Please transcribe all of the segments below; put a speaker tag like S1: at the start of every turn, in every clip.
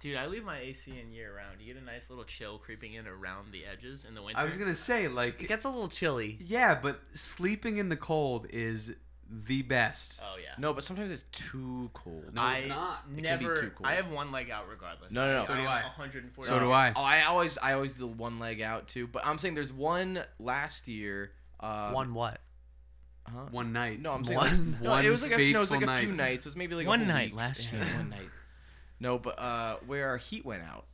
S1: Dude, I leave my AC in year round. You get a nice little chill creeping in around the edges in the winter.
S2: I was gonna say
S3: It
S2: like
S3: gets a little chilly.
S2: yeah, but sleeping in the cold is the best.
S3: Uh,
S1: Oh yeah.
S4: No, but sometimes it's too cold.
S2: No, it's
S1: I
S2: not.
S4: It can be
S1: Never.
S4: too cold.
S1: I have one leg out regardless.
S4: No, no, no.
S1: So
S4: So
S1: I
S2: do
S1: am
S2: I.
S1: 140.
S2: So do I.
S4: Oh, I always I always do the one leg out too. But I'm saying there's one last year. Uh,
S2: Um,
S3: One what?
S4: Huh?
S2: One night.
S4: No, I'm saying
S3: One-
S4: like, no, it was like a, no, it was like
S2: fateful
S4: a few
S2: night.
S4: nights. It was maybe like a
S1: One
S4: whole
S1: night
S4: week.
S1: last
S4: Yeah,
S1: year.
S4: One night. No, but uh, where our heat went out.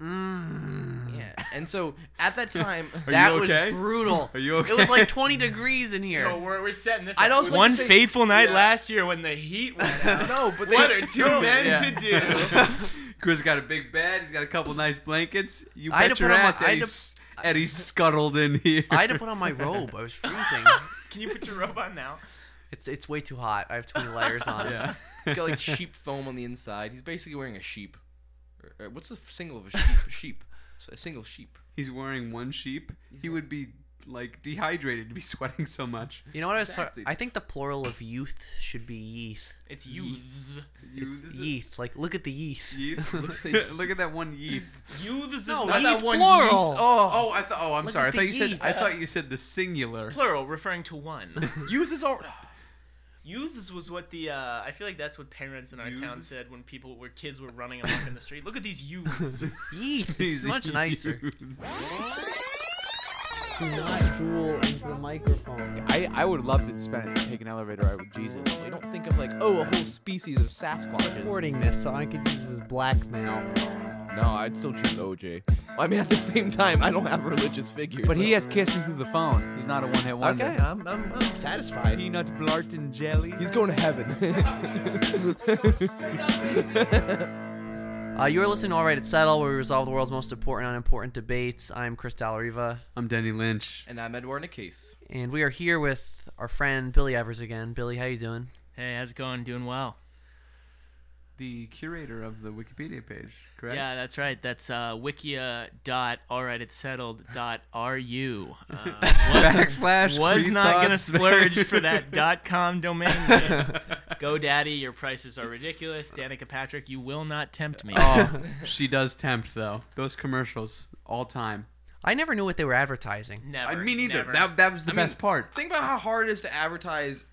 S2: Mm.
S4: Yeah, and so at that time,
S2: Are
S3: that
S2: you okay?
S3: was brutal.
S2: Are you okay?
S3: It was like 20 degrees in here.
S1: No, we're, we're setting this.
S4: I'd
S1: up.
S4: also like
S1: one
S4: to say-
S1: fateful night
S4: yeah.
S1: last year when the heat went out.
S4: no, but they,
S1: what are two
S4: no,
S1: men
S2: yeah.
S1: to do?
S2: Chris got a big bed. He's got a couple nice blankets. You
S3: I had
S2: bet
S3: to
S2: your
S3: put on my-
S2: ass
S3: I had to-
S2: Eddie's, Eddie scuttled in here.
S3: I had to put on my robe. I was freezing.
S1: Can you put your robe on now?
S3: it's it's way too hot. I have too many layers on.
S2: Yeah.
S4: He's got like sheep foam on the inside. He's basically wearing a sheep. Or- or What's the single of a sheep? A sheep. So A single sheep.
S2: He's wearing one sheep. he
S4: wearing-
S2: would be like dehydrated to be sweating so much.
S3: You know what I was?
S2: Exactly.
S3: I think the plural of youth should be yeath.
S1: It's youths.
S2: You- this
S3: It's
S2: is-
S3: yeath. Like look at the yeath.
S2: Yeeth?
S3: Looks
S4: like-
S2: Look at that one yeeth.
S1: Youths is
S3: No,
S1: not
S3: yeast
S1: that one.
S3: plural.
S4: yeast-
S2: Oh, I thought. Oh, I'm
S3: Look
S2: sorry. I
S3: at
S2: thought
S3: the
S2: you said.
S3: yeeth.
S2: I thought you said the singular.
S1: Plural, referring to one.
S4: oh, youth is all.
S1: Youths was what the uh, I feel like that's what parents in our town
S2: Youths?
S1: said when people were kids were running amok in the street. Look at these youths.
S3: Yeath. It's
S2: These
S3: much nicer.
S2: youths.
S5: I, I would love to spend take an elevator ride with Jesus.
S4: You don't think of like oh a whole species of Sasquatches.
S3: this so I could use this as blackmail.
S4: No, I'd still choose OJ. I mean, at the same time, I don't have religious figures.
S5: But he
S4: so-
S5: has kissed me through the phone. He's not a one-hit wonder.
S3: Okay, I'm, I'm, I'm satisfied.
S5: Peanut blart and jelly.
S4: He's going to heaven.
S3: Uh, you are listening to All Right It's Settled, where we resolve the world's most important and unimportant debates. I'm Chris Dalariva,
S2: I'm Denny Lynch.
S4: and I'm Edward Nicase.
S3: and we are here with our friend Billy Evers again. Billy, how you doing?
S1: hey, how's it going? Doing well.
S2: The curator of the Wikipedia page, correct?
S1: Yeah, that's right. That's uh, wikia dot all right it's settled dot ru. Uh, was,
S2: Backslash.
S1: was
S2: Creed
S1: not gonna
S2: thoughts.
S1: splurge for that dot com domain. name. GoDaddy, your prices are ridiculous. Danica Patrick, you will not tempt me.
S2: oh, she does tempt though. Those commercials, all time.
S3: I never knew what they were advertising.
S1: never.
S2: I mean, either.
S1: never.
S2: That that was the
S4: I mean,
S2: best part.
S4: Think about how hard it is to advertise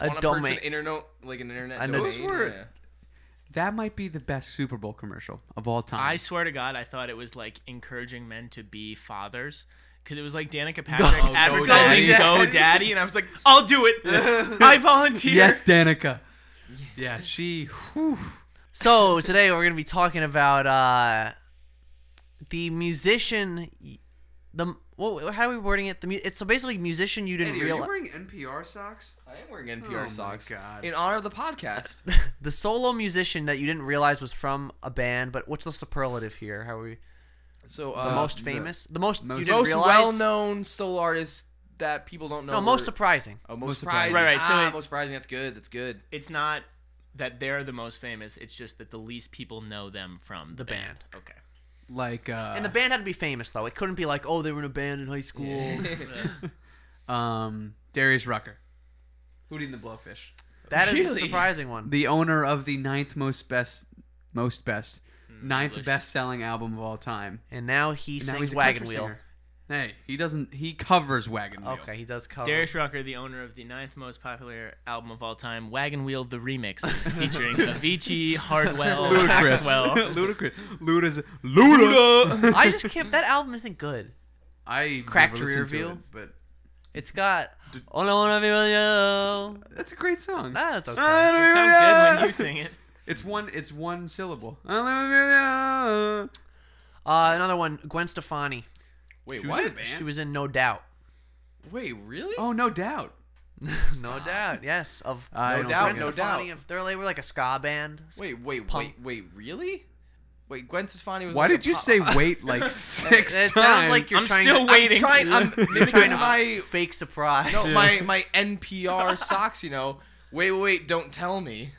S3: A
S4: on a
S3: domain.
S4: person internet like an internet.
S3: I know.
S4: domain.
S3: Those
S2: were-
S4: yeah.
S2: That might be the best Super Bowl commercial of all time.
S1: I swear to God, I thought it was like encouraging men to be fathers. Because it was like Danica Patrick
S2: Go
S1: advertising
S2: Daddy.
S1: GoDaddy, and I was like, I'll do it. I volunteer.
S2: Yes, Danica. Yeah, she. Whew,
S3: So today we're gonna be talking about uh, the musician, the what, how are we wording it? The mu- it's so basically musician you didn't realize.
S2: wearing NPR socks?
S4: I am wearing NPR
S2: Oh
S4: socks
S2: my God.
S4: in honor of the podcast.
S3: the solo musician that you didn't realize was from a band, but what's the superlative here? How are we
S4: So
S3: the
S4: uh,
S3: most
S2: the
S3: famous, the most,
S2: most-
S3: you didn't
S4: most
S3: realize?
S4: well-known solo artist that people don't know.
S3: no, most
S4: were-
S3: surprising.
S4: oh, most,
S2: Most surprising.
S4: surprising.
S1: Right, right, so
S4: ah,
S1: it-
S4: most surprising. That's good. That's good.
S1: It's not that they're the most famous. It's just that the least people know them from the,
S3: The band.
S1: Okay.
S2: Like, uh,
S3: and the band had to be famous though. It couldn't be like, oh, they were in a band in high school.
S2: um, Darius Rucker, Hootie and the Blowfish,
S3: That is
S4: Really?
S3: a surprising one.
S2: the owner of the ninth most best, most best, ninth
S1: delicious.
S2: best-selling album of all time.
S3: and now he
S2: And now
S3: sings
S2: he's a
S3: Wagon
S2: country
S3: Wheel.
S2: singer. Hey, he doesn't. He covers Wagon Wheel.
S3: Okay, he does cover.
S1: Darius Rucker, the owner of the ninth most popular album of all time, Wagon Wheel the Remixes, featuring Avicii, Hardwell, Maxwell.
S2: Ludacris. Luda's Luda.
S3: I just can't. That album isn't good.
S2: I
S3: Cracked
S2: never listened
S3: Rear
S2: to
S3: View.
S2: it, but
S3: It's got All I Wanna Be With You.
S2: that's a great song.
S3: Nah, it's okay.
S1: It sounds good when you sing it.
S2: It's one. It's one syllable. She
S3: Uh, another one, Gwen Stefani.
S4: Wait,
S2: was
S4: what?
S2: in a band?
S3: She was in No Doubt.
S4: Wait, really?
S2: Oh, no doubt.
S3: No Doubt, yes. Of
S2: I
S4: No
S2: don't
S4: doubt,
S3: Gwen
S2: think
S4: no
S2: it-
S3: Stefani.
S4: doubt.
S3: Of, they're, they were like a ska band.
S4: Wait, wait,
S3: Punk.
S4: wait, wait, really? Wait, Gwen Stefani was.
S2: Why
S4: like a
S2: did you
S4: pop-
S2: say wait like six
S3: It
S2: times?
S3: sounds like you're
S1: I'm
S3: trying
S1: still
S3: to,
S1: waiting.
S4: Trying, I'm
S3: You're trying to
S4: my
S3: fake surprise.
S4: no, my my NPR socks. You know, wait, wait, wait, don't tell me.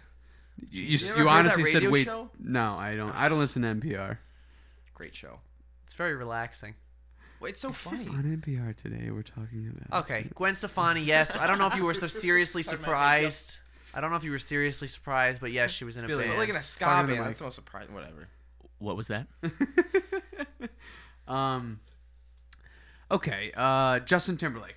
S2: you,
S4: You
S2: you,
S4: ever heard
S2: honestly
S4: that
S2: said
S4: radio
S2: wait.
S4: show?
S2: No, I don't. I don't listen to NPR.
S4: Great show.
S3: It's very relaxing.
S4: Wait, it's so funny.
S2: On NPR today, we're talking about.
S3: Okay, Gwen Stefani, yes. I don't know if you were so seriously surprised. I don't know if you were seriously surprised, but yes, she was in a
S2: Billie,
S3: band.
S4: But like in a ska
S2: Talking
S4: band,
S2: about-
S4: that's the most surprising. Whatever.
S1: What was that?
S2: Um. Okay. Uh, Justin Timberlake,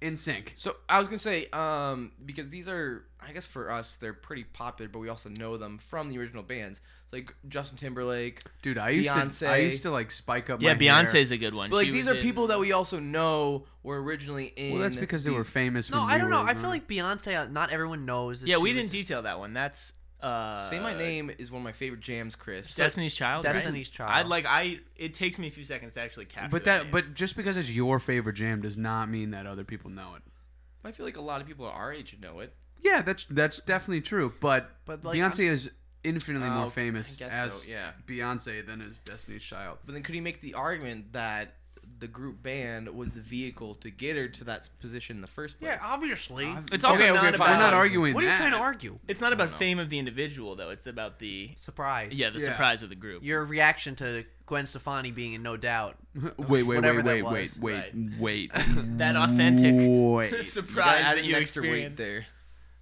S2: in sync.
S4: So I was gonna say, um, because these are, I guess for us, they're pretty popular, but we also know them from the original bands, It's like Justin Timberlake.
S2: Dude, I used to. I
S4: Beyonce.
S2: used to like spike up.
S1: yeah,
S2: my hair.
S1: Beyonce's a good one.
S4: But like
S1: She
S4: these
S1: was
S4: are
S1: in- uh,
S4: people that we also know were originally in.
S2: Well, that's because they were
S4: these-
S2: famous.
S3: No,
S2: when
S3: I
S2: we
S3: don't know.
S2: were
S3: I feel
S2: young.
S3: like Beyonce. uh, Not everyone knows. That
S1: Yeah,
S3: she
S1: we
S3: was
S1: didn't
S3: in
S1: detail that one. That's uh
S4: Say My Name is one of my favorite jams, Chris.
S1: Destiny's Child. right?
S3: Destiny's Child.
S1: I like I. It takes me a few seconds to actually capture.
S2: But that,
S1: name.
S2: but just because it's your favorite jam does not mean that other people know it.
S4: I feel like a lot of people our age know it.
S2: Yeah, that's that's definitely true. But,
S3: But, like,
S2: Beyonce is infinitely
S4: Oh,
S2: more
S4: okay, I
S2: famous
S4: guess
S2: as
S4: so, yeah.
S2: Beyonce than as Destiny's Child.
S4: But then could he make the argument that the group band was the vehicle to get her to that position in the first place?
S3: Yeah, obviously.
S1: it's also
S4: Okay,
S1: not
S4: okay,
S1: about.
S4: fine.
S2: We're not
S4: Uh,
S2: arguing.
S3: what are you
S2: that.
S3: trying to argue?
S1: It's not about fame of the individual though. It's about the
S3: Surprise.
S1: yeah the
S2: Yeah.
S1: surprise of the group.
S3: Your reaction to Gwen Stefani being in No Doubt.
S2: Wait, wait,
S3: Whatever
S2: wait,
S3: that
S2: wait,
S3: was.
S2: wait, wait, wait,
S1: that authentic
S2: wait.
S4: You gotta
S1: surprise
S4: add
S1: that
S4: an
S1: you
S4: extra weight
S1: experienced.
S4: there.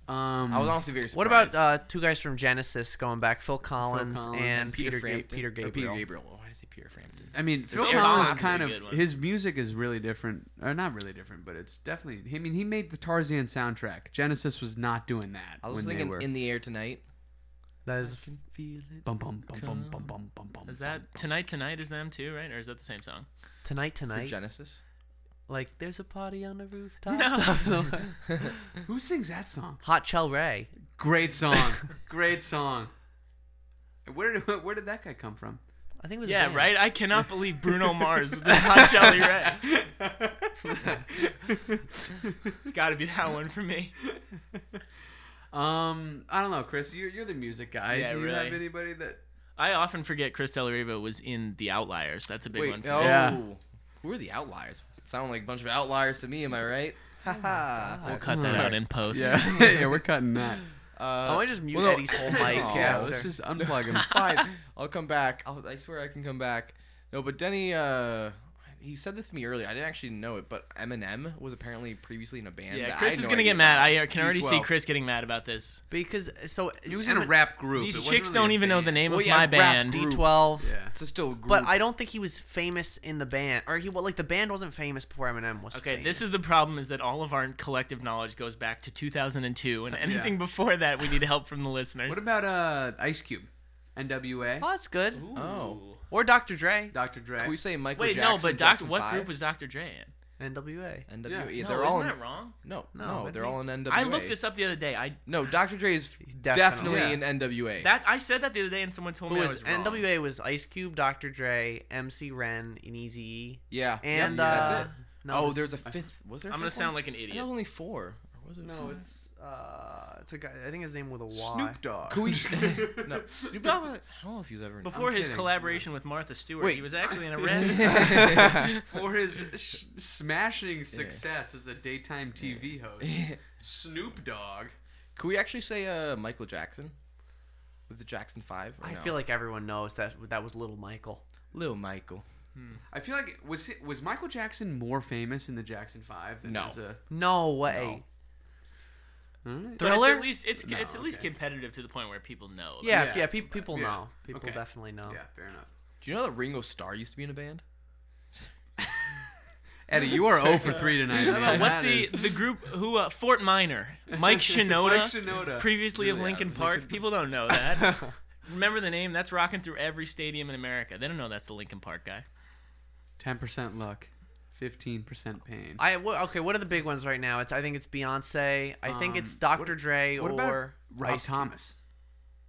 S2: Um,
S4: I was honestly very surprised.
S3: What about uh, two guys from Genesis going back? Phil Collins,
S2: Collins.
S3: and
S4: Peter,
S3: uh, Peter, Ga-
S4: Frampton?
S3: Peter Gabriel.
S4: Or Peter Gabriel. Why did I say Peter Frampton?
S2: I mean, Phil
S1: Eric
S2: Collins
S1: Clapton's
S2: is kind
S1: a
S2: of
S1: good one.
S2: his music is really different, or not really different, but it's definitely. I mean, he made the Tarzan soundtrack. Genesis was not doing that
S4: I
S2: when
S4: was just
S2: they
S4: thinking
S2: were.
S4: in the air tonight.
S3: That is
S2: bum, bum, bum, bum, bum, bum, bum, bum,
S1: Is that tonight? Tonight is them too, right? Or is that the same song?
S3: tonight,
S4: For
S3: tonight.
S4: Genesis.
S3: Like there's a party on the rooftop.
S2: bum. Who sings that song?
S3: Hot Chel Ray.
S2: Great song, great song. Where did where did that guy come from?
S3: I think it was. a
S1: Yeah,
S3: band.
S1: right. I cannot believe Bruno Mars was in Hot Jelly Ray. It's got to be that one for me.
S2: um, I don't know, Chris. You're you're the music guy.
S1: Yeah,
S2: Do you have
S1: really.
S2: anybody that?
S1: I often forget Chris Telleriva was in The Outliers. That's a big one.
S4: Wait,
S1: For
S4: oh,
S1: me.
S2: Yeah.
S4: who are the outliers? Sound like a bunch of outliers to me. Am I right?
S3: Oh,
S4: Haha.
S1: We'll cut that out in post.
S2: Yeah, yeah, we're cutting that.
S4: Uh,
S3: I might just mute
S4: well, no.
S3: Eddie's whole mic.
S4: Aw.
S2: yeah,
S3: after.
S2: let's just unplug him.
S4: Fine, I'll come back. I'll, I swear I can come back. No, but Denny, uh, he said this to me earlier. I didn't actually know it, but Eminem was apparently previously in a band.
S1: Yeah,
S4: that I
S1: Chris
S4: had
S1: is
S4: no
S1: gonna
S4: idea
S1: get mad.
S4: about.
S1: I uh, can already see
S4: D12.
S1: Chris getting mad about this.
S3: because so
S2: He was in a rap group.
S1: These
S2: It wasn't
S1: chicks
S2: really
S1: don't
S2: a
S1: even know the
S2: band.
S1: name
S4: Well,
S1: of
S4: yeah,
S1: my
S4: rap
S1: band.
S4: group.
S3: D12.
S2: Yeah.
S4: It's a still a group.
S3: But I don't think he was famous in the band, or he well, like the band wasn't famous before Eminem was.
S1: Okay,
S3: famous.
S1: this is the problem is that all of our collective knowledge goes back to 2002 and anything before that we need help from the listeners.
S2: What about uh Ice Cube, N.W.A.
S3: Oh, that's good.
S4: Oh.
S3: Or Dr. Dre,
S2: Dr. Dre.
S4: Can we say Michael
S1: Wait,
S4: Jackson?
S1: no, but Doc,
S4: Jackson
S1: what
S4: 5?
S1: group was Dr. Dre in?
S3: NWA.
S4: NWA?
S1: No,
S4: they're
S1: isn't
S4: all in,
S1: that wrong?
S4: No,
S3: No,
S4: no,
S3: but
S4: they're all in NWA.
S1: I looked this up the other day. I
S4: No, Dr. Dre is
S3: Definitely.
S4: definitely,
S2: Yeah.
S4: in NWA.
S1: that I said that the other day and someone told
S3: Who
S1: me
S3: was,
S1: I was wrong.
S3: NWA was Ice Cube, Dr. Dre, MC Ren, and Eazy.
S4: yeah,
S3: And
S4: yep,
S3: uh,
S4: that's it.
S3: No,
S4: oh, there's
S3: there's-
S4: a fifth. Was there? A
S1: I'm gonna
S4: fifth
S1: sound
S4: one?
S1: like an
S4: I thought
S1: idiot.
S4: only four. Or was it
S3: no,
S4: four?
S3: it's uh, it's a guy. I think his name with a Y.
S2: Snoop Dogg.
S4: Could we? s- no, Snoop Dogg. was- I don't know if he was ever. in-
S1: Before
S2: I'm
S1: his
S2: kidding.
S1: collaboration with Martha Stewart,
S4: Wait.
S1: he was actually in a red.
S2: For his sh- smashing success as a daytime TV host, Snoop Dogg.
S4: Could we actually say uh, Michael Jackson? With the Jackson Five. or
S3: I
S4: no?
S3: feel like everyone knows that that was Little Michael.
S4: Lil Michael.
S2: I feel like was it, was Michael Jackson more famous in the Jackson Five than
S4: No.
S2: as a
S3: No way.
S2: Alright.
S1: But it's
S3: Thriller.
S1: at least it's
S2: No,
S1: it's at least
S2: okay.
S1: competitive to the point where people know.
S3: yeah, yeah.
S2: Yeah,
S3: pe-
S2: something.
S3: people
S2: Yeah.
S3: know. People
S2: Okay.
S3: definitely know.
S2: Yeah, fair enough.
S4: Do you know that Ringo Starr used to be in a band?
S2: Eddie, you are 0 for 3 tonight. man.
S1: What's
S2: That
S1: the
S2: is-
S1: the group who uh, Fort Minor, Mike Shinoda,
S2: Mike Shinoda.
S1: previously of
S4: Yeah,
S1: Lincoln
S4: Linkin
S1: Park. People don't know that. Remember the name? That's rocking through every stadium in America. They don't know that's the Lincoln Park guy.
S2: 10% luck, 15% pain.
S3: I wha- okay. What are the big ones right now? It's I think it's Beyonce. I think it's Dr. Dre
S2: what about
S3: or
S2: Rob
S3: Ice-
S2: Thomas?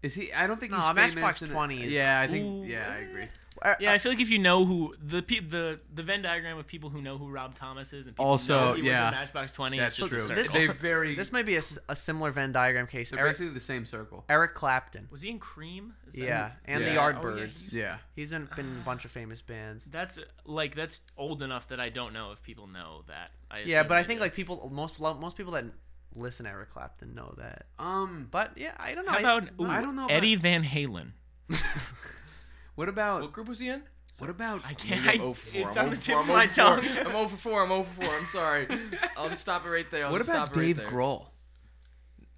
S2: Is he? I don't think
S3: No,
S2: he's famous.
S3: Matchbox
S2: in a-
S3: 20 is-
S2: Yeah, I think.
S1: Ooh.
S2: Yeah, I agree.
S3: uh,
S1: Yeah, I feel like if you know who the pe- the the Venn diagram of people who know who Rob Thomas is and people
S2: Also,
S1: know he was in
S2: yeah.
S1: Matchbox Twenty,
S2: That's
S1: it's
S2: true.
S1: just a
S3: This-
S1: circle.
S2: They very.
S3: This might be a, s- a similar Venn diagram case.
S2: they're
S3: Eric,
S2: basically the same circle.
S3: Eric Clapton.
S1: Was he in Cream? Is that-
S3: Yeah, and the
S2: Yeah.
S4: Oh, yeah,
S3: Yardbirds.
S4: he's-
S2: Yeah.
S3: He's in, been in a bunch of famous bands.
S1: That's uh, like that's old enough that I don't know if people know that. I
S3: Yeah,
S1: assume
S3: but I
S1: they
S3: think
S1: do.
S3: like people most lo- most people that listen to Eric Clapton know that.
S2: Um.
S3: But yeah, I don't know.
S1: how
S3: I-
S1: about
S3: no,
S1: ooh,
S2: I don't know about-
S1: Eddie Van Halen.
S2: What about?
S4: What group was he in?
S2: what about?
S1: I
S4: Maybe
S1: can't.
S4: I'm
S1: I,
S4: 0 for 4.
S1: it's
S4: I'm
S1: on the
S4: 0 for
S1: tip
S4: 4.
S1: of my tongue.
S4: I'm 0 for 4. I'm 0 for 4. I'm sorry. I'll just stop it right there. I'll
S2: what
S4: just
S2: about
S4: stop it right
S2: Dave
S4: there.
S2: Grohl?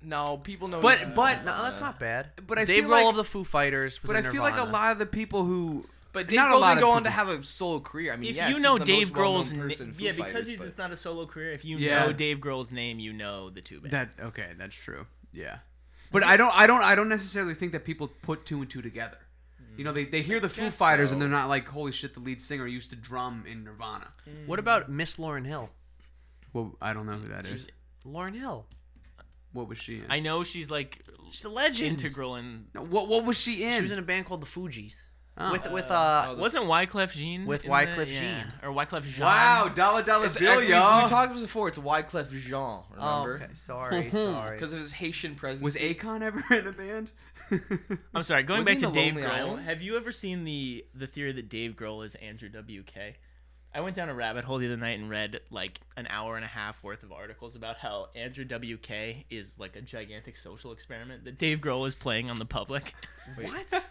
S4: No, people know.
S3: But
S4: he's-
S3: but no, that's not bad.
S4: but I
S3: Dave
S4: feel
S3: Grohl
S4: like-
S3: of the Foo Fighters was
S2: But I
S3: in
S2: feel like a
S3: Nirvana.
S2: lot of the people who
S4: But Dave
S2: not a
S4: Grohl
S2: lot
S4: did
S2: of
S4: go on to
S2: people.
S4: have a solo career. I mean,
S1: If
S4: yes,
S1: you know
S4: he's the
S1: Dave
S4: most well-known
S1: Grohl's
S4: person
S1: name,
S4: in Foo
S1: yeah, because
S4: Fighters,
S1: he's,
S4: but-
S1: it's not a solo career. If you
S2: Yeah.
S1: know Dave Grohl's name, you know the two band.
S2: that okay, that's true. Yeah. But I don't I don't I don't necessarily think that people put two and two together. You know, they, they hear the Foo
S4: guess
S2: Fighters and
S4: so.
S2: they're not like, holy shit, the lead singer used to drum in Nirvana.
S3: What about Miss Lauren Hill?
S2: Well, I don't know who that is.
S3: Lauren Hill.
S2: What was she in?
S1: I know she's like
S3: She's a legend.
S1: integral in.
S2: No, what what was she in?
S3: She was in a band called the Fugees.
S2: Oh.
S3: With with uh,
S4: oh, the-
S1: Wasn't Wyclef Jean
S3: With
S1: in that?
S3: Wyclef
S1: Yeah.
S3: Jean.
S1: or Wyclef Jean?
S2: wow, Dollar Dollar
S4: It's, uh,
S2: Bill,
S4: we, we
S2: y'all.
S4: talked about this before. It's Wyclef Jean,
S3: oh,
S4: remember?
S3: okay. Sorry, sorry.
S4: Because of his Haitian presence.
S2: was Akon ever in a band?
S1: I'm sorry. Going
S4: Wasn't
S1: back
S4: he
S1: to
S4: in The
S1: Dave Grohl,
S4: Lonely Island?
S1: have you ever seen the the theory that Dave Grohl is Andrew WK? I went down a rabbit hole the other night and read like an hour and a half worth of articles about how Andrew WK is like a gigantic social experiment that Dave Grohl is playing on the public.
S3: What?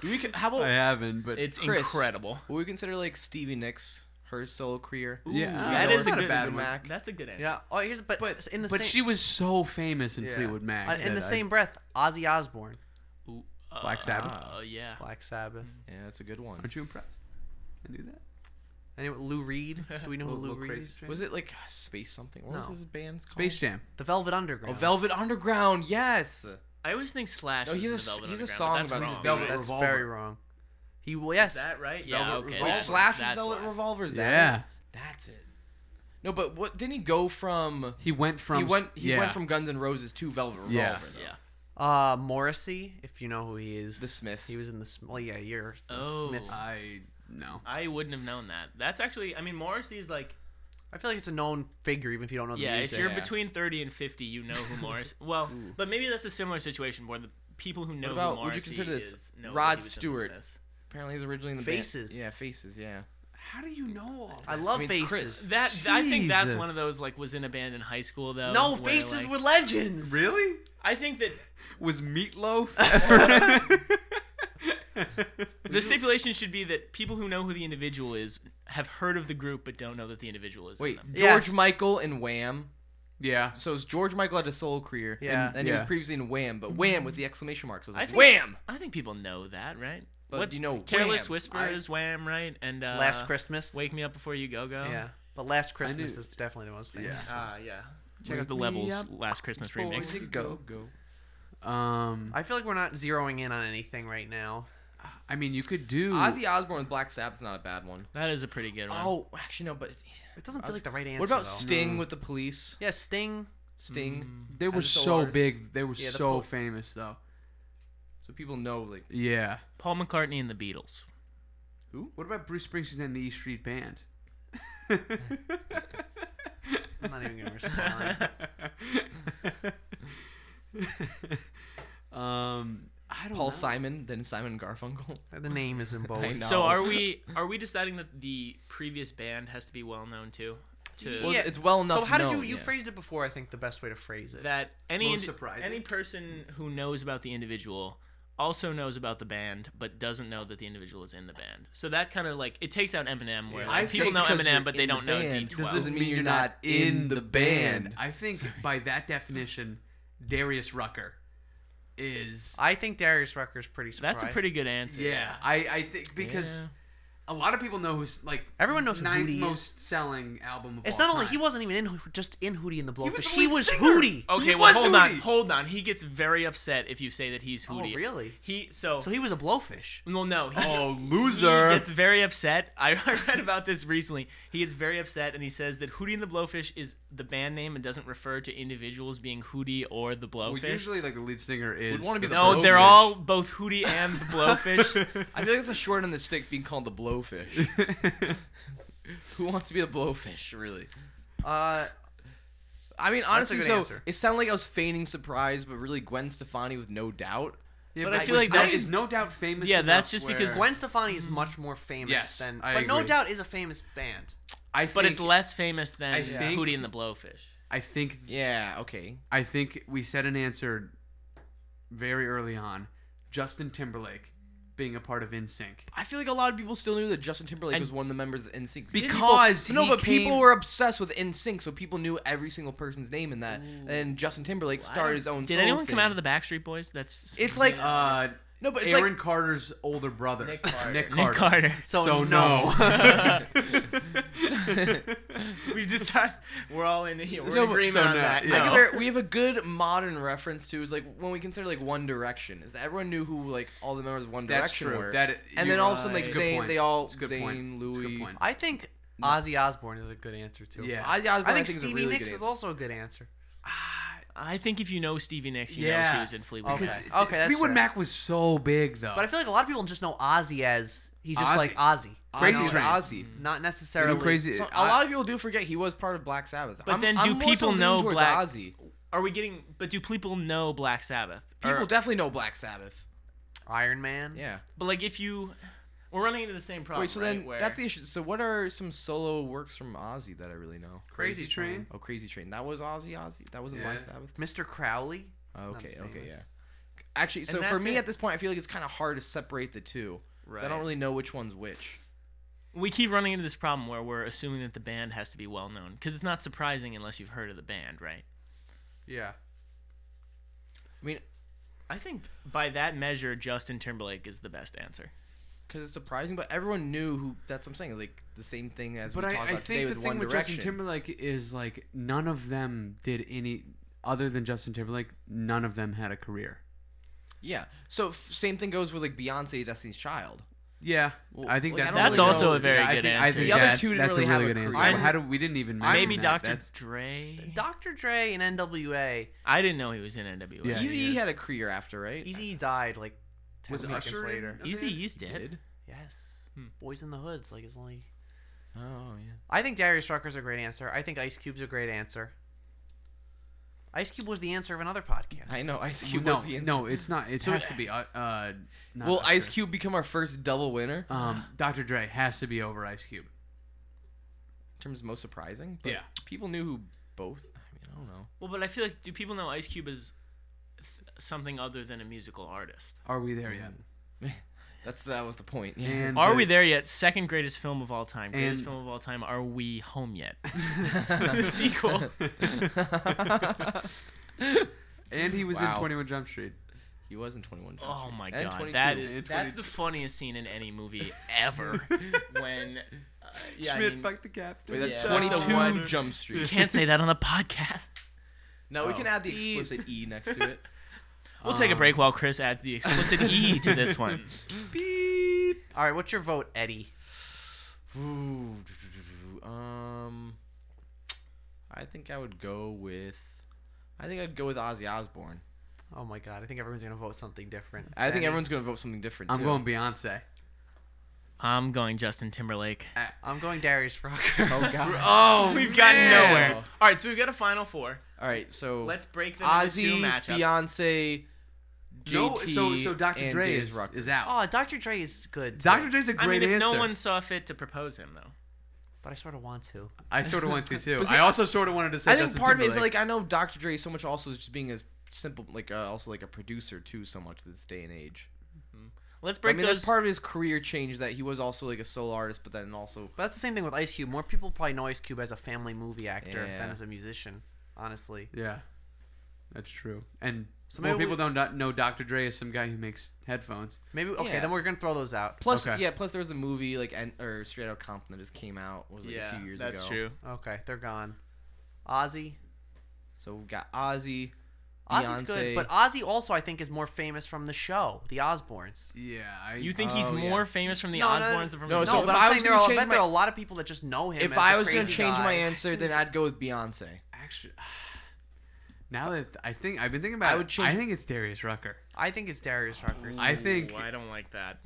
S4: Do we? How about
S2: I haven't, but
S1: It's
S4: Chris.
S1: incredible.
S4: would we consider like Stevie Nicks her solo career?
S2: yeah,
S1: that
S4: know,
S1: is
S4: it's
S1: a
S4: not a
S1: good
S4: bad
S1: one.
S4: Mac.
S1: That's a good answer.
S3: yeah. Oh, here's but, but in the
S2: But
S3: same
S2: she was so famous in
S4: Yeah.
S2: Fleetwood Mac.
S3: uh, in
S2: that
S3: the
S2: I-
S3: same breath, Ozzy Osbourne,
S1: Ooh, uh,
S2: Black Sabbath?
S1: Oh yeah.
S3: Black Sabbath.
S4: Yeah, that's a good one.
S2: Aren't you impressed? I knew that.
S3: Anyway, Lou Reed. Do we know who
S2: Little-
S3: Lou
S2: little
S3: Reed?
S2: crazy
S3: is?
S2: train.
S4: Was it like Space something? What was
S3: No.
S4: his band's called?
S2: Space Jam?
S3: The Velvet Underground.
S4: Oh, Velvet Underground. Yes.
S1: I always think Slash.
S4: No,
S1: was
S4: he's
S1: in
S4: a-
S1: Velvet
S4: he's a
S1: Underground,
S4: song
S1: but that's
S4: about his
S1: wrong,
S4: Velvet
S1: right?
S3: That's
S2: Revolver.
S3: very wrong. He well, yes.
S1: Is that right? Yeah.
S3: Velvet
S1: Okay.
S3: Revolver.
S4: Wait,
S1: that's-
S4: Slash with
S1: that's
S4: Velvet
S1: why.
S4: Revolvers. That
S2: Yeah.
S4: it? That's it. No, but what didn't he go from?
S2: He went from
S4: he went. He
S2: yeah.
S4: went from Guns N' Roses to Velvet Revolver.
S2: Yeah.
S4: though.
S1: Yeah.
S3: Uh, Morrissey, if you know who he is.
S4: The Smiths.
S3: He was in the Sm- well, yeah, you're the
S1: Oh.
S3: Smiths. I,
S2: I no.
S1: I wouldn't have known that. That's actually. I mean, Morrissey's like.
S3: feel like it's a known figure, even if you don't know the
S1: Yeah, if
S3: music.
S1: you're
S4: Yeah.
S1: between 30 and 50, you know who Morris. well, but maybe that's a similar situation where the people who know
S4: about-
S1: who
S4: would you
S1: Morrissey
S4: consider this
S1: is know that
S4: Rod
S1: he was in the
S4: Stewart?
S1: Smiths.
S4: Apparently, he's originally in the band-
S3: Faces.
S4: Yeah, faces. Yeah.
S2: How do you know all
S3: I love
S4: I mean, it's
S3: Faces.
S4: Chris.
S1: That I think that's one
S2: Jesus.
S1: of those like was in a band in high school though.
S3: No,
S1: where,
S3: Faces
S1: like-
S3: were legends.
S2: Really?
S1: I think that
S2: Was Meatloaf?
S1: the stipulation should be that people who know who the individual is have heard of the group but don't know that the individual is. in
S4: Wait,
S1: them.
S4: George
S3: Yes.
S4: Michael and Wham.
S2: yeah.
S4: So it's George Michael had a solo career.
S3: Yeah.
S4: And, and he
S2: Yeah.
S4: was previously in Wham, but Wham with the exclamation mark. So it was
S1: I
S4: like,
S1: think-
S4: Wham.
S1: I think people know that, right?
S4: But you know,
S1: Careless
S4: Wham,
S1: Whisper
S4: I-
S1: is Wham, right? And uh,
S3: Last Christmas.
S1: Wake Me Up Before You Go Go.
S3: Yeah, but Last Christmas
S2: knew-
S3: is definitely the most famous.
S1: Ah, yeah. Check
S2: Wake
S1: out the
S2: me
S1: Levels
S2: up
S1: Last Christmas remix.
S2: Go go. Um,
S3: I feel like we're not zeroing in on anything right now.
S2: I mean, you could do.
S4: Ozzy Osbourne with Black Sabbath's not a bad one.
S1: That is a pretty good one.
S4: Oh, actually no, but it's,
S3: It doesn't feel like the right answer.
S4: what about
S3: though.
S4: Sting with the Police?
S3: Yeah, Sting.
S4: Sting.
S3: Mm.
S2: They were
S4: as a
S2: so
S4: soloist.
S2: big. They were
S4: Yeah, the
S2: so
S4: po-
S2: famous though.
S4: So people know like
S2: Yeah.
S1: Paul McCartney and the Beatles.
S2: What about Bruce Springsteen and the E Street Band?
S3: I'm not even gonna respond.
S2: um, I don't
S4: Paul
S2: know.
S4: Simon, then Simon Garfunkel.
S3: the name is in
S4: I
S3: both.
S4: know.
S1: So are we are we deciding that the previous band has to be well known too? To
S4: Well,
S3: Yeah.
S4: it's well enough.
S3: So how did
S4: known,
S3: you you
S4: yeah.
S3: phrased it before? I think the best way to phrase it.
S1: that any
S2: Most
S1: indi-
S2: surprising.
S1: any person who knows about the individual also knows about the band, but doesn't know that the individual is in the band. So that kind of like it takes out Eminem, where
S4: Yeah.
S1: like,
S4: I
S1: people
S4: think
S1: know
S4: 'cause
S1: Eminem,
S4: you're
S1: but they
S4: in the
S1: don't know
S4: band
S1: D12.
S4: doesn't mean you're not in the band.
S2: I think by that definition, Darius Rucker is.
S3: I think Darius Rucker's pretty. Surprised.
S1: That's a pretty good answer.
S2: yeah, I, I think because
S1: Yeah.
S2: a lot of people know who's like
S3: Everyone knows who
S2: ninth
S3: Hootie is.
S2: most selling album of
S3: It's
S2: all
S3: not only
S2: time.
S3: he wasn't even in Hoo- just in Hootie and the Blowfish. He was,
S2: was the lead singer! Oh.
S3: Hootie.
S1: Okay,
S2: He
S1: well
S2: was
S1: hold on,
S2: Hootie.
S1: hold on. He gets very upset if you say that he's
S3: Oh,
S1: Hootie.
S3: really?
S1: He so
S3: So he was a blowfish.
S1: well no. He,
S2: Oh,
S1: He
S2: loser!
S1: gets very upset. I read about this recently. He gets very upset and he says that Hootie and the Blowfish is the band name and doesn't refer to individuals being Hootie or the
S2: Well,
S1: Blowfish.
S2: usually, like the lead singer is.
S4: wanna be the
S1: no, they're
S4: Blowfish.
S1: all both Hootie and the Blowfish.
S4: I feel like it's a short on the stick being called the blowfish. Who wants to be a blowfish, really?
S3: Uh,
S4: I mean, honestly,
S3: good
S4: so
S3: answer.
S4: it sounded like I was feigning surprise, but really Gwen Stefani with no doubt.
S2: Yeah,
S1: But
S2: but
S1: I
S2: it
S1: feel
S2: was
S1: like
S2: no-
S1: that-
S2: is no doubt famous.
S1: Yeah, that's
S2: enough
S1: just
S2: where-
S1: because-
S3: Gwen Stefani is much more famous
S2: Yes,
S3: than,
S2: I
S3: but no
S2: agree.
S3: doubt is a famous band.
S2: I
S1: but it's
S2: think-
S1: less famous than
S2: I think-
S1: Hootie and the Blowfish.
S2: I think
S4: Yeah, okay.
S2: I think we said an answer very early on. Justin Timberlake being a part of InSync.
S4: I feel like a lot of people still knew that Justin Timberlake
S1: And-
S4: was one of the members of NSYNC
S2: Because
S4: people, no,
S2: he
S4: but people
S2: came-
S4: were obsessed with NSYNC, so people knew every single person's name in that. And Justin Timberlake started his own.
S1: Did
S4: solo
S1: anyone come
S4: thing.
S1: out of the Backstreet Boys? That's
S4: It's like
S2: Uh,
S4: no, but it's
S2: Aaron
S4: like
S2: Carter's older brother,
S1: Nick Carter.
S2: Nick Carter.
S1: Nick Carter.
S3: So,
S2: So
S3: no.
S1: We've decided we're all in here. We're
S4: No,
S1: in
S4: but-
S1: agreement
S2: so
S1: on
S2: no,
S1: that.
S2: yeah.
S4: I
S2: No.
S4: compare, we have a good modern reference to is like when we consider like One Direction is that everyone knew who like all the members of One
S2: That's
S4: Direction
S2: true.
S4: were.
S2: That
S4: and
S2: you-
S4: then all of a sudden like
S2: it's a good
S4: Zayn,
S2: point.
S4: they all
S2: It's a good
S4: Zayn,
S2: point. It's a good
S4: Louis.
S2: point.
S3: I think Ozzy Osbourne is a good answer too.
S2: Yeah.
S4: Ozzy Osbourne,
S3: I think
S4: is a
S3: Stevie
S4: really
S3: Nicks
S4: good
S3: is
S4: answer.
S3: also a good answer.
S1: I think if you know Stevie Nicks, you know
S2: Yeah.
S1: she was in Fleetwood
S3: Okay.
S1: Mac.
S2: Because
S3: Okay, that's
S2: Fleetwood
S3: fair.
S2: Mac was so big though.
S3: But I feel like a lot of people just know Ozzy as he's just
S2: Oh. Ozzy.
S3: like Ozzy,
S2: Crazy
S4: Ozzy is
S2: Train.
S4: Ozzy.
S3: not
S2: You
S3: necessarily
S2: know, crazy. Uh,
S4: So a
S2: I-
S4: lot of people do forget he was part of Black Sabbath.
S1: But
S4: I'm,
S1: then do
S4: I'm more so
S1: people
S4: leaning
S1: know
S4: towards
S1: Black-
S4: Ozzy?
S1: Are we getting? But do people know Black Sabbath? Or-
S4: People definitely know Black Sabbath.
S3: Iron Man.
S4: Yeah.
S1: but like if you, we're running into the same problem.
S4: Wait, so
S1: right,
S4: then
S1: where-
S4: that's the issue. So what are some solo works from Ozzy that I really know?
S2: Crazy Train.
S4: Oh, Crazy Train. That was Ozzy. Ozzy. That wasn't Black
S2: Yeah.
S4: Sabbath.
S3: Mr. Crowley.
S4: Oh,
S3: Not as
S4: okay. Okay.
S3: famous.
S4: Yeah. Actually, so for
S1: that's
S4: me
S1: it.
S4: at this point, I feel like it's kind of hard to separate the two. 'cause I
S1: Right.
S4: don't really know which one's which.
S1: we keep running into this problem where we're assuming that the band has to be well known because it's not surprising unless you've heard of the band, right?
S2: Yeah.
S4: I mean,
S1: I think by that measure, Justin Timberlake is the best answer.
S4: because it's surprising, but everyone knew who. That's what I'm saying. Like the same thing as
S2: But
S4: we
S2: I,
S4: talked
S2: I
S4: about today
S2: think the
S4: with
S2: thing
S4: One
S2: with
S4: Direction.
S2: Justin Timberlake is like none of them did any other than Justin Timberlake. None of them had a career.
S4: yeah. So f- same thing goes with like Beyonce, Destiny's Child.
S2: Yeah,
S4: Well,
S2: I think
S4: like, I
S2: that's
S4: don't
S1: That's really also know. a very
S2: Yeah, I
S1: good
S2: think- I
S1: answer.
S2: think
S1: The
S4: other
S2: that-
S4: two didn't
S2: that's
S4: really
S2: a
S4: have
S2: really
S4: a
S2: good answer.
S4: career.
S2: How do we didn't even mention
S1: Maybe
S2: that.
S1: Dr.
S2: That's-
S1: Dre.
S3: Dr. Dre and NWA.
S1: I didn't know he was in NWA.
S2: Yeah,
S4: Easy
S2: he is.
S4: E had a career after, right?
S3: Easy died like ten
S2: Was
S3: seconds
S2: Usher in-
S3: later.
S1: Easy, he's dead.
S4: Did?
S3: Yes.
S1: Hmm.
S3: Boys in the Hood's like his only.
S4: Oh yeah.
S3: I think Darius Rucker's a great answer. I think Ice Cube's a great answer. Ice Cube was the answer of another podcast.
S4: I know Ice Cube
S2: no,
S4: was the answer.
S2: no, it's not. It has to be. Uh, uh, not
S4: Will
S2: Dr.
S4: Ice Cube become our first double winner
S2: Um, Dr. Dre has to be over Ice Cube.
S4: in terms of most surprising?
S2: Yeah.
S4: People knew who both. I mean, I don't know.
S1: Well, but I feel like do people know Ice Cube is th- something other than a musical artist?
S2: Are we there yet?
S4: That's that was the point. Yeah.
S2: And
S1: Are
S2: the-
S1: we there yet? Second greatest film of all time. Greatest
S2: And-
S1: film of all time. Are we home yet? the sequel.
S2: And he was
S4: Wow.
S2: in Twenty One Jump Street.
S4: he was in 21 Jump
S1: Oh
S4: Street.
S1: my
S4: And
S1: god,
S4: 22.
S1: that is
S2: and
S1: that's
S2: 22.
S1: the funniest scene in any movie ever. when uh, yeah, I
S2: Schmidt
S1: mean,
S2: fucked the captain.
S4: Wait, that's
S1: Yeah.
S4: twenty
S1: That's the
S4: two
S1: one.
S4: Jump
S1: you
S4: Street.
S1: can't say that on the podcast.
S4: No, we
S2: Oh.
S4: can add the
S1: E.
S4: explicit E next to it.
S1: We'll take a break while Chris adds the explicit e to this one.
S3: All right, what's your vote, Eddie?
S4: Ooh, um, I think I would go with. I think I'd go with Ozzy Osbourne.
S3: Oh my god, I think everyone's gonna vote something different.
S4: I think
S3: Eddie.
S4: everyone's gonna vote something different.
S2: I'm
S4: too.
S2: going Beyonce.
S1: I'm going Justin Timberlake.
S3: I'm going Darius Rucker.
S4: Oh god.
S2: Oh,
S1: We've gotten
S4: Man.
S1: nowhere. All right, so we've got a final four.
S4: All right, so
S1: Let's break them into
S4: Ozzy,
S1: two matchups.
S4: Beyonce, JT,
S2: No, so so Dr.
S4: and
S2: Dre
S4: Darius
S2: is,
S4: Rucker.
S2: is out.
S3: oh, Dr. Dre is good. too,
S2: Dr. Dre's a
S1: I
S2: great
S1: mean, if
S2: answer.
S1: no one saw fit to propose him though.
S3: but I sort of want to.
S2: I sort of want to too.
S4: But see,
S2: I also sort of wanted to say.
S4: I think
S2: Justin
S4: part of it is
S2: Timberlake.
S4: like I know Dr. Dre so much also is just being as simple like uh, also like a producer too so much this day and age.
S1: Let's
S4: I
S1: break
S4: mean
S1: those.
S4: that's part of his career change that he was also like a solo artist but then also
S3: But that's the same thing with Ice Cube. More people probably know Ice Cube as a family movie actor
S4: Yeah.
S3: than as a musician, honestly.
S2: Yeah, that's true. And
S3: So
S2: more
S3: maybe
S2: people
S3: we-
S2: don't not know Dr. Dre is some guy who makes headphones.
S3: Maybe okay,
S4: Yeah.
S3: then we're gonna throw those out.
S4: plus
S2: Okay.
S4: yeah plus there was the movie like and, or Straight Out Compton that just came out was like
S1: yeah,
S4: a few years
S1: that's
S4: ago.
S1: true.
S3: Okay, they're gone. Ozzy.
S4: So we got Ozzy,
S3: Ozzy's
S4: Beyonce.
S3: good, but Ozzy also I think is more famous from the show, The Osbournes.
S2: Yeah, I,
S1: You think he's
S4: Oh, yeah.
S1: more famous from the
S3: No, no,
S1: Osbournes than from
S4: no,
S1: his
S4: so
S3: no,
S1: own?
S4: if
S3: but
S4: I
S3: I'm
S4: was
S3: saying there
S4: gonna
S3: are, I
S4: change
S3: bet there
S4: my-
S3: are a lot of people that just know him.
S4: if
S3: as
S4: I
S3: the
S4: was gonna
S3: crazy
S4: change my
S3: guy.
S4: answer, then I'd go with Beyonce.
S2: actually. Now that I think I've been thinking about,
S4: I
S2: it,
S4: would
S2: I
S4: change-
S2: think it's Darius Rucker.
S3: I think it's Darius Rucker
S2: I think
S1: Ooh, I don't like that.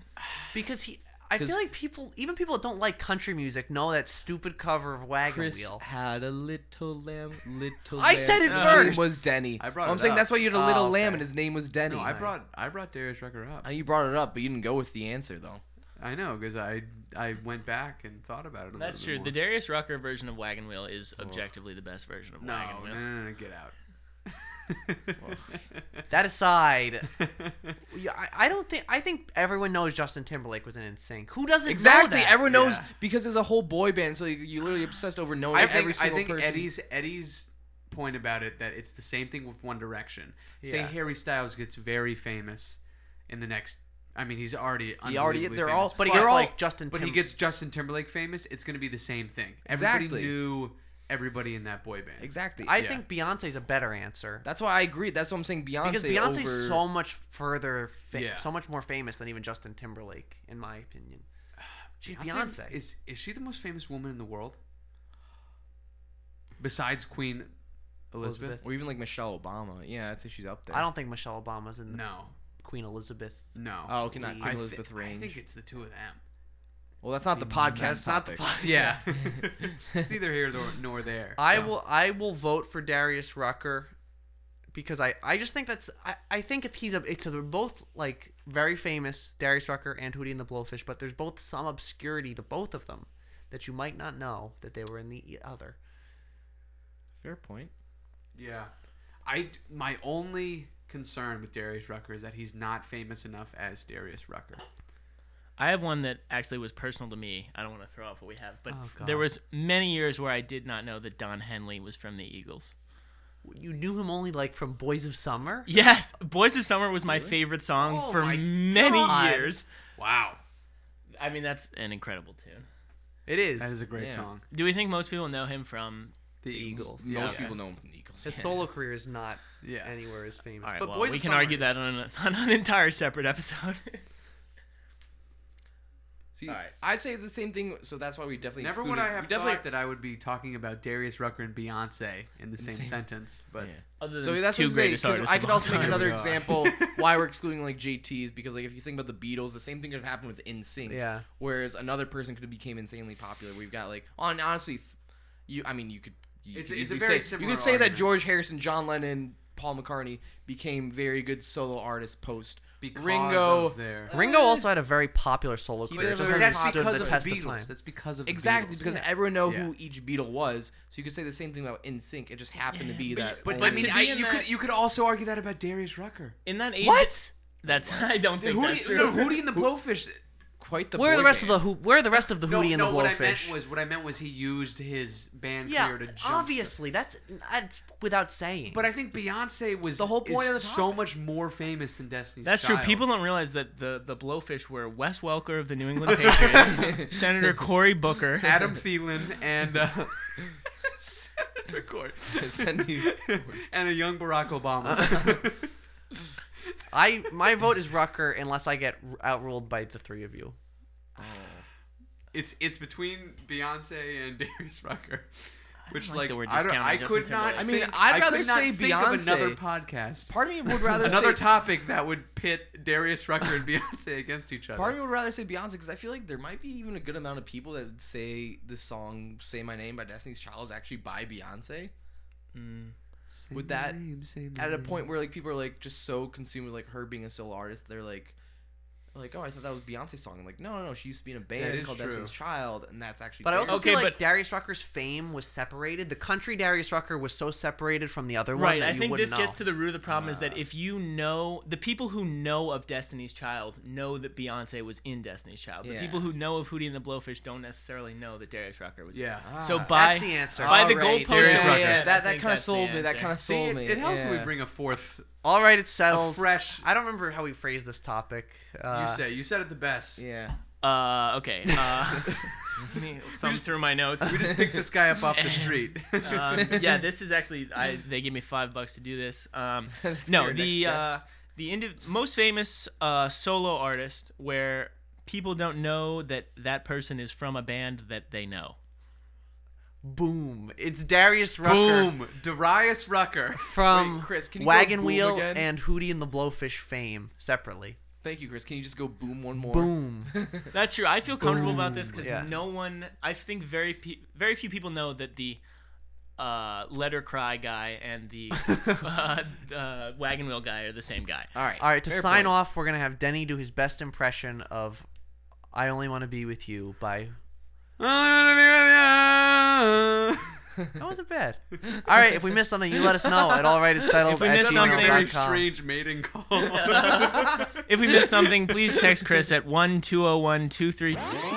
S3: because he. I feel
S4: 'Cause-
S3: like people, even people that don't like country music, know that stupid cover of Wagon Wheel.
S4: had a little lamb, little.
S3: I said it
S4: His
S3: first.
S4: name was Denny.
S2: I brought
S4: I'm
S2: it
S4: saying
S2: up.
S4: that's why you had a
S3: Oh,
S4: little
S3: okay.
S4: lamb and his name was Denny.
S2: no, I brought I brought Darius Rucker up.
S4: Uh, you brought it up, but you didn't go with the answer though.
S2: I know because I I went back and thought about it. A
S1: That's true.
S2: little
S1: The
S2: bit
S1: Darius Rucker version of Wagon Wheel is objectively the best version of
S2: more.
S1: Wagon
S2: no,
S1: Wheel.
S2: no, no, no, get out.
S3: That aside, yeah, I, I don't think I think everyone knows Justin Timberlake was in NSYNC. Who doesn't
S4: Exactly.
S3: Know that?
S4: Everyone knows
S2: Yeah.
S4: because there's a whole boy band, so you, you literally obsessed over knowing
S2: I
S4: every
S2: think, I
S4: single
S2: think
S4: person.
S2: Eddie's Eddie's point about it that it's the same thing with One Direction. Say
S3: Yeah.
S2: Harry Styles gets very famous in the next. I mean, he's already
S4: He already-
S2: unbelievably
S4: they're
S2: famous,
S4: all-
S3: But he
S4: They're
S3: gets
S4: all-
S3: like Justin.
S2: But he
S3: Tim-
S2: gets Justin Timberlake famous, it's going to be the same thing. Everybody
S4: Exactly.
S2: knew everybody in that boy band.
S4: exactly.
S3: I
S2: yeah.
S3: think Beyonce's a better answer
S4: That's why I agree. That's what I'm saying. Beyonce
S3: because Beyonce's
S4: over-
S3: so much further, fa-
S2: Yeah.
S3: so much more famous than even Justin Timberlake, in my opinion. She's Beyonce.
S2: Is is she the most famous woman in the world? Besides Queen Elizabeth?
S3: Elizabeth.
S4: or even like Michelle Obama. Yeah, I'd say she's up there.
S3: I don't think Michelle Obama's in the
S2: No.
S3: Queen Elizabeth.
S2: No.
S4: Oh, okay, not Queen
S2: I thi-
S4: Elizabeth
S2: I think
S4: range.
S2: it's the two of them.
S4: Well, that's not the podcast.
S3: That's not the
S4: topic.
S3: podcast.
S2: Yeah. it's neither here nor, nor there.
S3: I
S2: so.
S3: will I will vote for Darius Rucker because I, I just think that's I, I think if he's a it's a, they're both like very famous Darius Rucker and Hootie and the Blowfish but there's both some obscurity to both of them that you might not know that they were in the e-, other.
S4: Fair point.
S2: Yeah. I my only concern with Darius Rucker is that he's not famous enough as Darius Rucker.
S1: I have one that actually was personal to me. I don't want to throw off what we have, but
S3: Oh,
S1: f-
S3: God.
S1: there was many years where I did not know that Don Henley was from the Eagles.
S3: You knew him only like from Boys of Summer.
S1: Yes, Boys of Summer was my favorite song
S3: Oh
S1: for
S3: my
S1: many
S3: God.
S1: years.
S2: Wow.
S1: I mean, that's an incredible tune.
S3: It is.
S2: That is a great
S4: Yeah.
S2: song.
S1: Do we think most people know him from?
S2: The
S3: Eagles.
S4: Most
S1: Yeah.
S4: people know him from the Eagles.
S3: His solo career is not
S2: Yeah.
S3: anywhere as famous.
S1: All right,
S3: but
S1: well,
S3: Boys
S1: we
S3: of
S1: can
S3: Summer
S1: argue
S3: is.
S1: that on, an- on an entire separate episode.
S4: See,
S1: Alright.
S4: I'd say the same thing. So that's why we definitely
S2: Never
S4: excluded,
S2: would I have
S4: we definitely
S2: thought that I would be talking about Darius Rucker and Beyonce in the same,
S4: same-
S2: sentence, but
S4: Yeah.
S1: Other than
S4: So that's
S1: two
S4: what I'm saying.
S1: greatest
S4: 'cause
S1: artists
S4: I
S1: of
S4: could
S1: all
S4: also make
S1: time.
S4: another
S2: we are.
S4: example why we're excluding like JTs because like if you think about the Beatles, the same thing could have happened with InSync.
S3: Yeah.
S4: Whereas another person could have became insanely popular. We've got like on honestly, th- you. I mean, you could. You
S2: It's-
S4: could
S2: it's a
S4: easily
S2: very
S4: say, You
S2: similar
S4: could say that
S2: argument.
S4: George Harrison, John Lennon, Paul McCartney became very good solo artists post
S2: because
S4: Ringo.
S2: of their
S3: Ringo also had a very popular solo
S4: He
S3: career.
S4: did a
S3: Just
S4: very
S3: never
S2: that's
S4: popular-
S3: stood
S2: because
S3: the
S2: of
S3: test
S2: the
S3: of
S2: Beatles.
S3: time.
S2: That's because of the
S4: Exactly
S2: Beatles.
S4: because everyone know
S2: Yeah.
S4: who each Beatle was, so you could say the same thing about InSync. It just happened to be that.
S2: But,
S4: only-
S2: I mean,
S1: to
S2: I,
S1: be in
S2: you could
S1: that-
S2: you could also argue that about Darius Rucker.
S1: in that age.
S3: What?
S1: That's I don't think
S2: Hootie,
S1: that's true.
S2: no, Hootie and the Blowfish.
S4: quite the.
S3: Where are
S4: boy
S3: the rest
S4: band.
S3: of the who? Where are the rest of the
S2: No,
S3: Hootie and
S2: no,
S3: the
S2: what I meant
S3: Blowfish?
S2: was what I meant was he used his band
S3: yeah,
S2: career to jump.
S3: obviously that's that's without saying.
S2: But I think Beyonce was
S4: The whole point
S2: is
S4: of the
S2: so
S4: topic.
S2: much more famous than Destiny's
S1: That's
S2: Child.
S1: true. People don't realize that the, the blowfish were Wes Welker of the New England Patriots, Senator Cory Booker,
S2: Adam Thielen and uh, Senator Court
S4: Sandy
S2: and a young Barack Obama.
S3: I my vote is Rucker unless I get r- outruled by the three of you.
S2: it's it's between Beyonce and Darius Rucker, which
S1: like
S2: like,
S1: that we're
S2: I, don't,
S1: discounting
S2: I
S1: Justin
S2: could not.
S1: Timberlake.
S4: I mean,
S2: think-
S4: I'd
S2: I
S4: rather
S2: could not
S4: say
S2: think of another
S4: Beyonce.
S2: podcast,
S4: Part of me would rather
S2: another
S4: say,
S2: topic that would pit Darius Rucker and Beyonce against each other.
S4: Part of me would rather say Beyonce because I feel like there might be even a good amount of people that would say the song "Say My Name" by Destiny's Child is actually by Beyonce.
S2: Same
S4: with that-
S2: name, same
S4: At a
S2: name.
S4: point where like people are like just so consumed with like her being a solo artist, they're like, like oh I thought that was Beyonce's song. I'm like no no no she used to be in a band
S2: is
S4: called
S2: true.
S4: Destiny's Child and that's actually.
S3: But I
S4: there.
S3: also
S1: Okay,
S3: feel like
S1: but-
S3: Darius Rucker's fame was separated. The country Darius Rucker was so separated from the other one.
S1: Right.
S3: that
S1: I
S3: you
S1: think
S3: wouldn't
S1: this
S3: know.
S1: gets to the root of the problem is that if you know the people who know of Destiny's Child know that Beyonce was in Destiny's Child. The
S4: Yeah.
S1: people who know of Hootie and the Blowfish don't necessarily know that Darius Rucker was. in it.
S2: Yeah.
S1: So
S4: Ah.
S1: by
S3: That's the answer.
S1: by the
S4: Alright,
S1: goalpost,
S4: there
S2: is,
S4: it
S1: is
S2: Rucker.
S1: set,
S4: Yeah,
S1: I
S4: that, that
S1: think
S4: kind of
S1: that's the
S4: sold me. That
S1: answer.
S4: kind of
S2: See,
S4: sold
S2: it,
S4: me.
S2: it helps when we
S4: yeah.
S2: bring a fourth
S3: All right, it's
S2: a
S3: settled.
S2: fresh.
S3: I don't remember how we phrased this topic. Uh,
S2: you said you said it the best.
S4: Yeah.
S1: Uh, okay. Uh, let me thumb through my notes.
S2: We just picked this guy up off the street.
S1: um, yeah, this is actually I, they gave me five bucks to do this. Um,
S4: That's
S1: no,
S4: your next
S1: the uh,
S4: guess.
S1: the indiv- most famous uh, solo artist where people don't know that that person is from a band that they know.
S3: boom! It's Darius Rucker
S2: Boom, Darius Rucker.
S3: from
S4: Wait, Chris, can you go
S3: Wagon
S4: boom
S3: Wheel
S4: again?
S3: and Hootie and the Blowfish fame separately.
S4: Thank you, Chris. Can you just go boom one more?
S3: Boom.
S1: That's true. I feel comfortable about this because
S3: Yeah.
S1: no one. I think very pe- very few people know that the uh, letter cry guy and the uh, uh, wagon wheel guy are the same guy.
S4: All right.
S3: All right, to
S4: fair
S3: sign
S4: point.
S3: off, we're gonna have Denny do his best impression of "I Only Want to Be with You" by.
S2: I
S3: That wasn't bad. All right, if we miss something, you let us know at allrightitsettled
S1: If we
S3: at
S1: miss
S3: gmail
S1: something-
S3: dot
S2: very
S3: com.
S2: strange mating call.
S1: oh If we miss something, please text Chris at 1 201 23.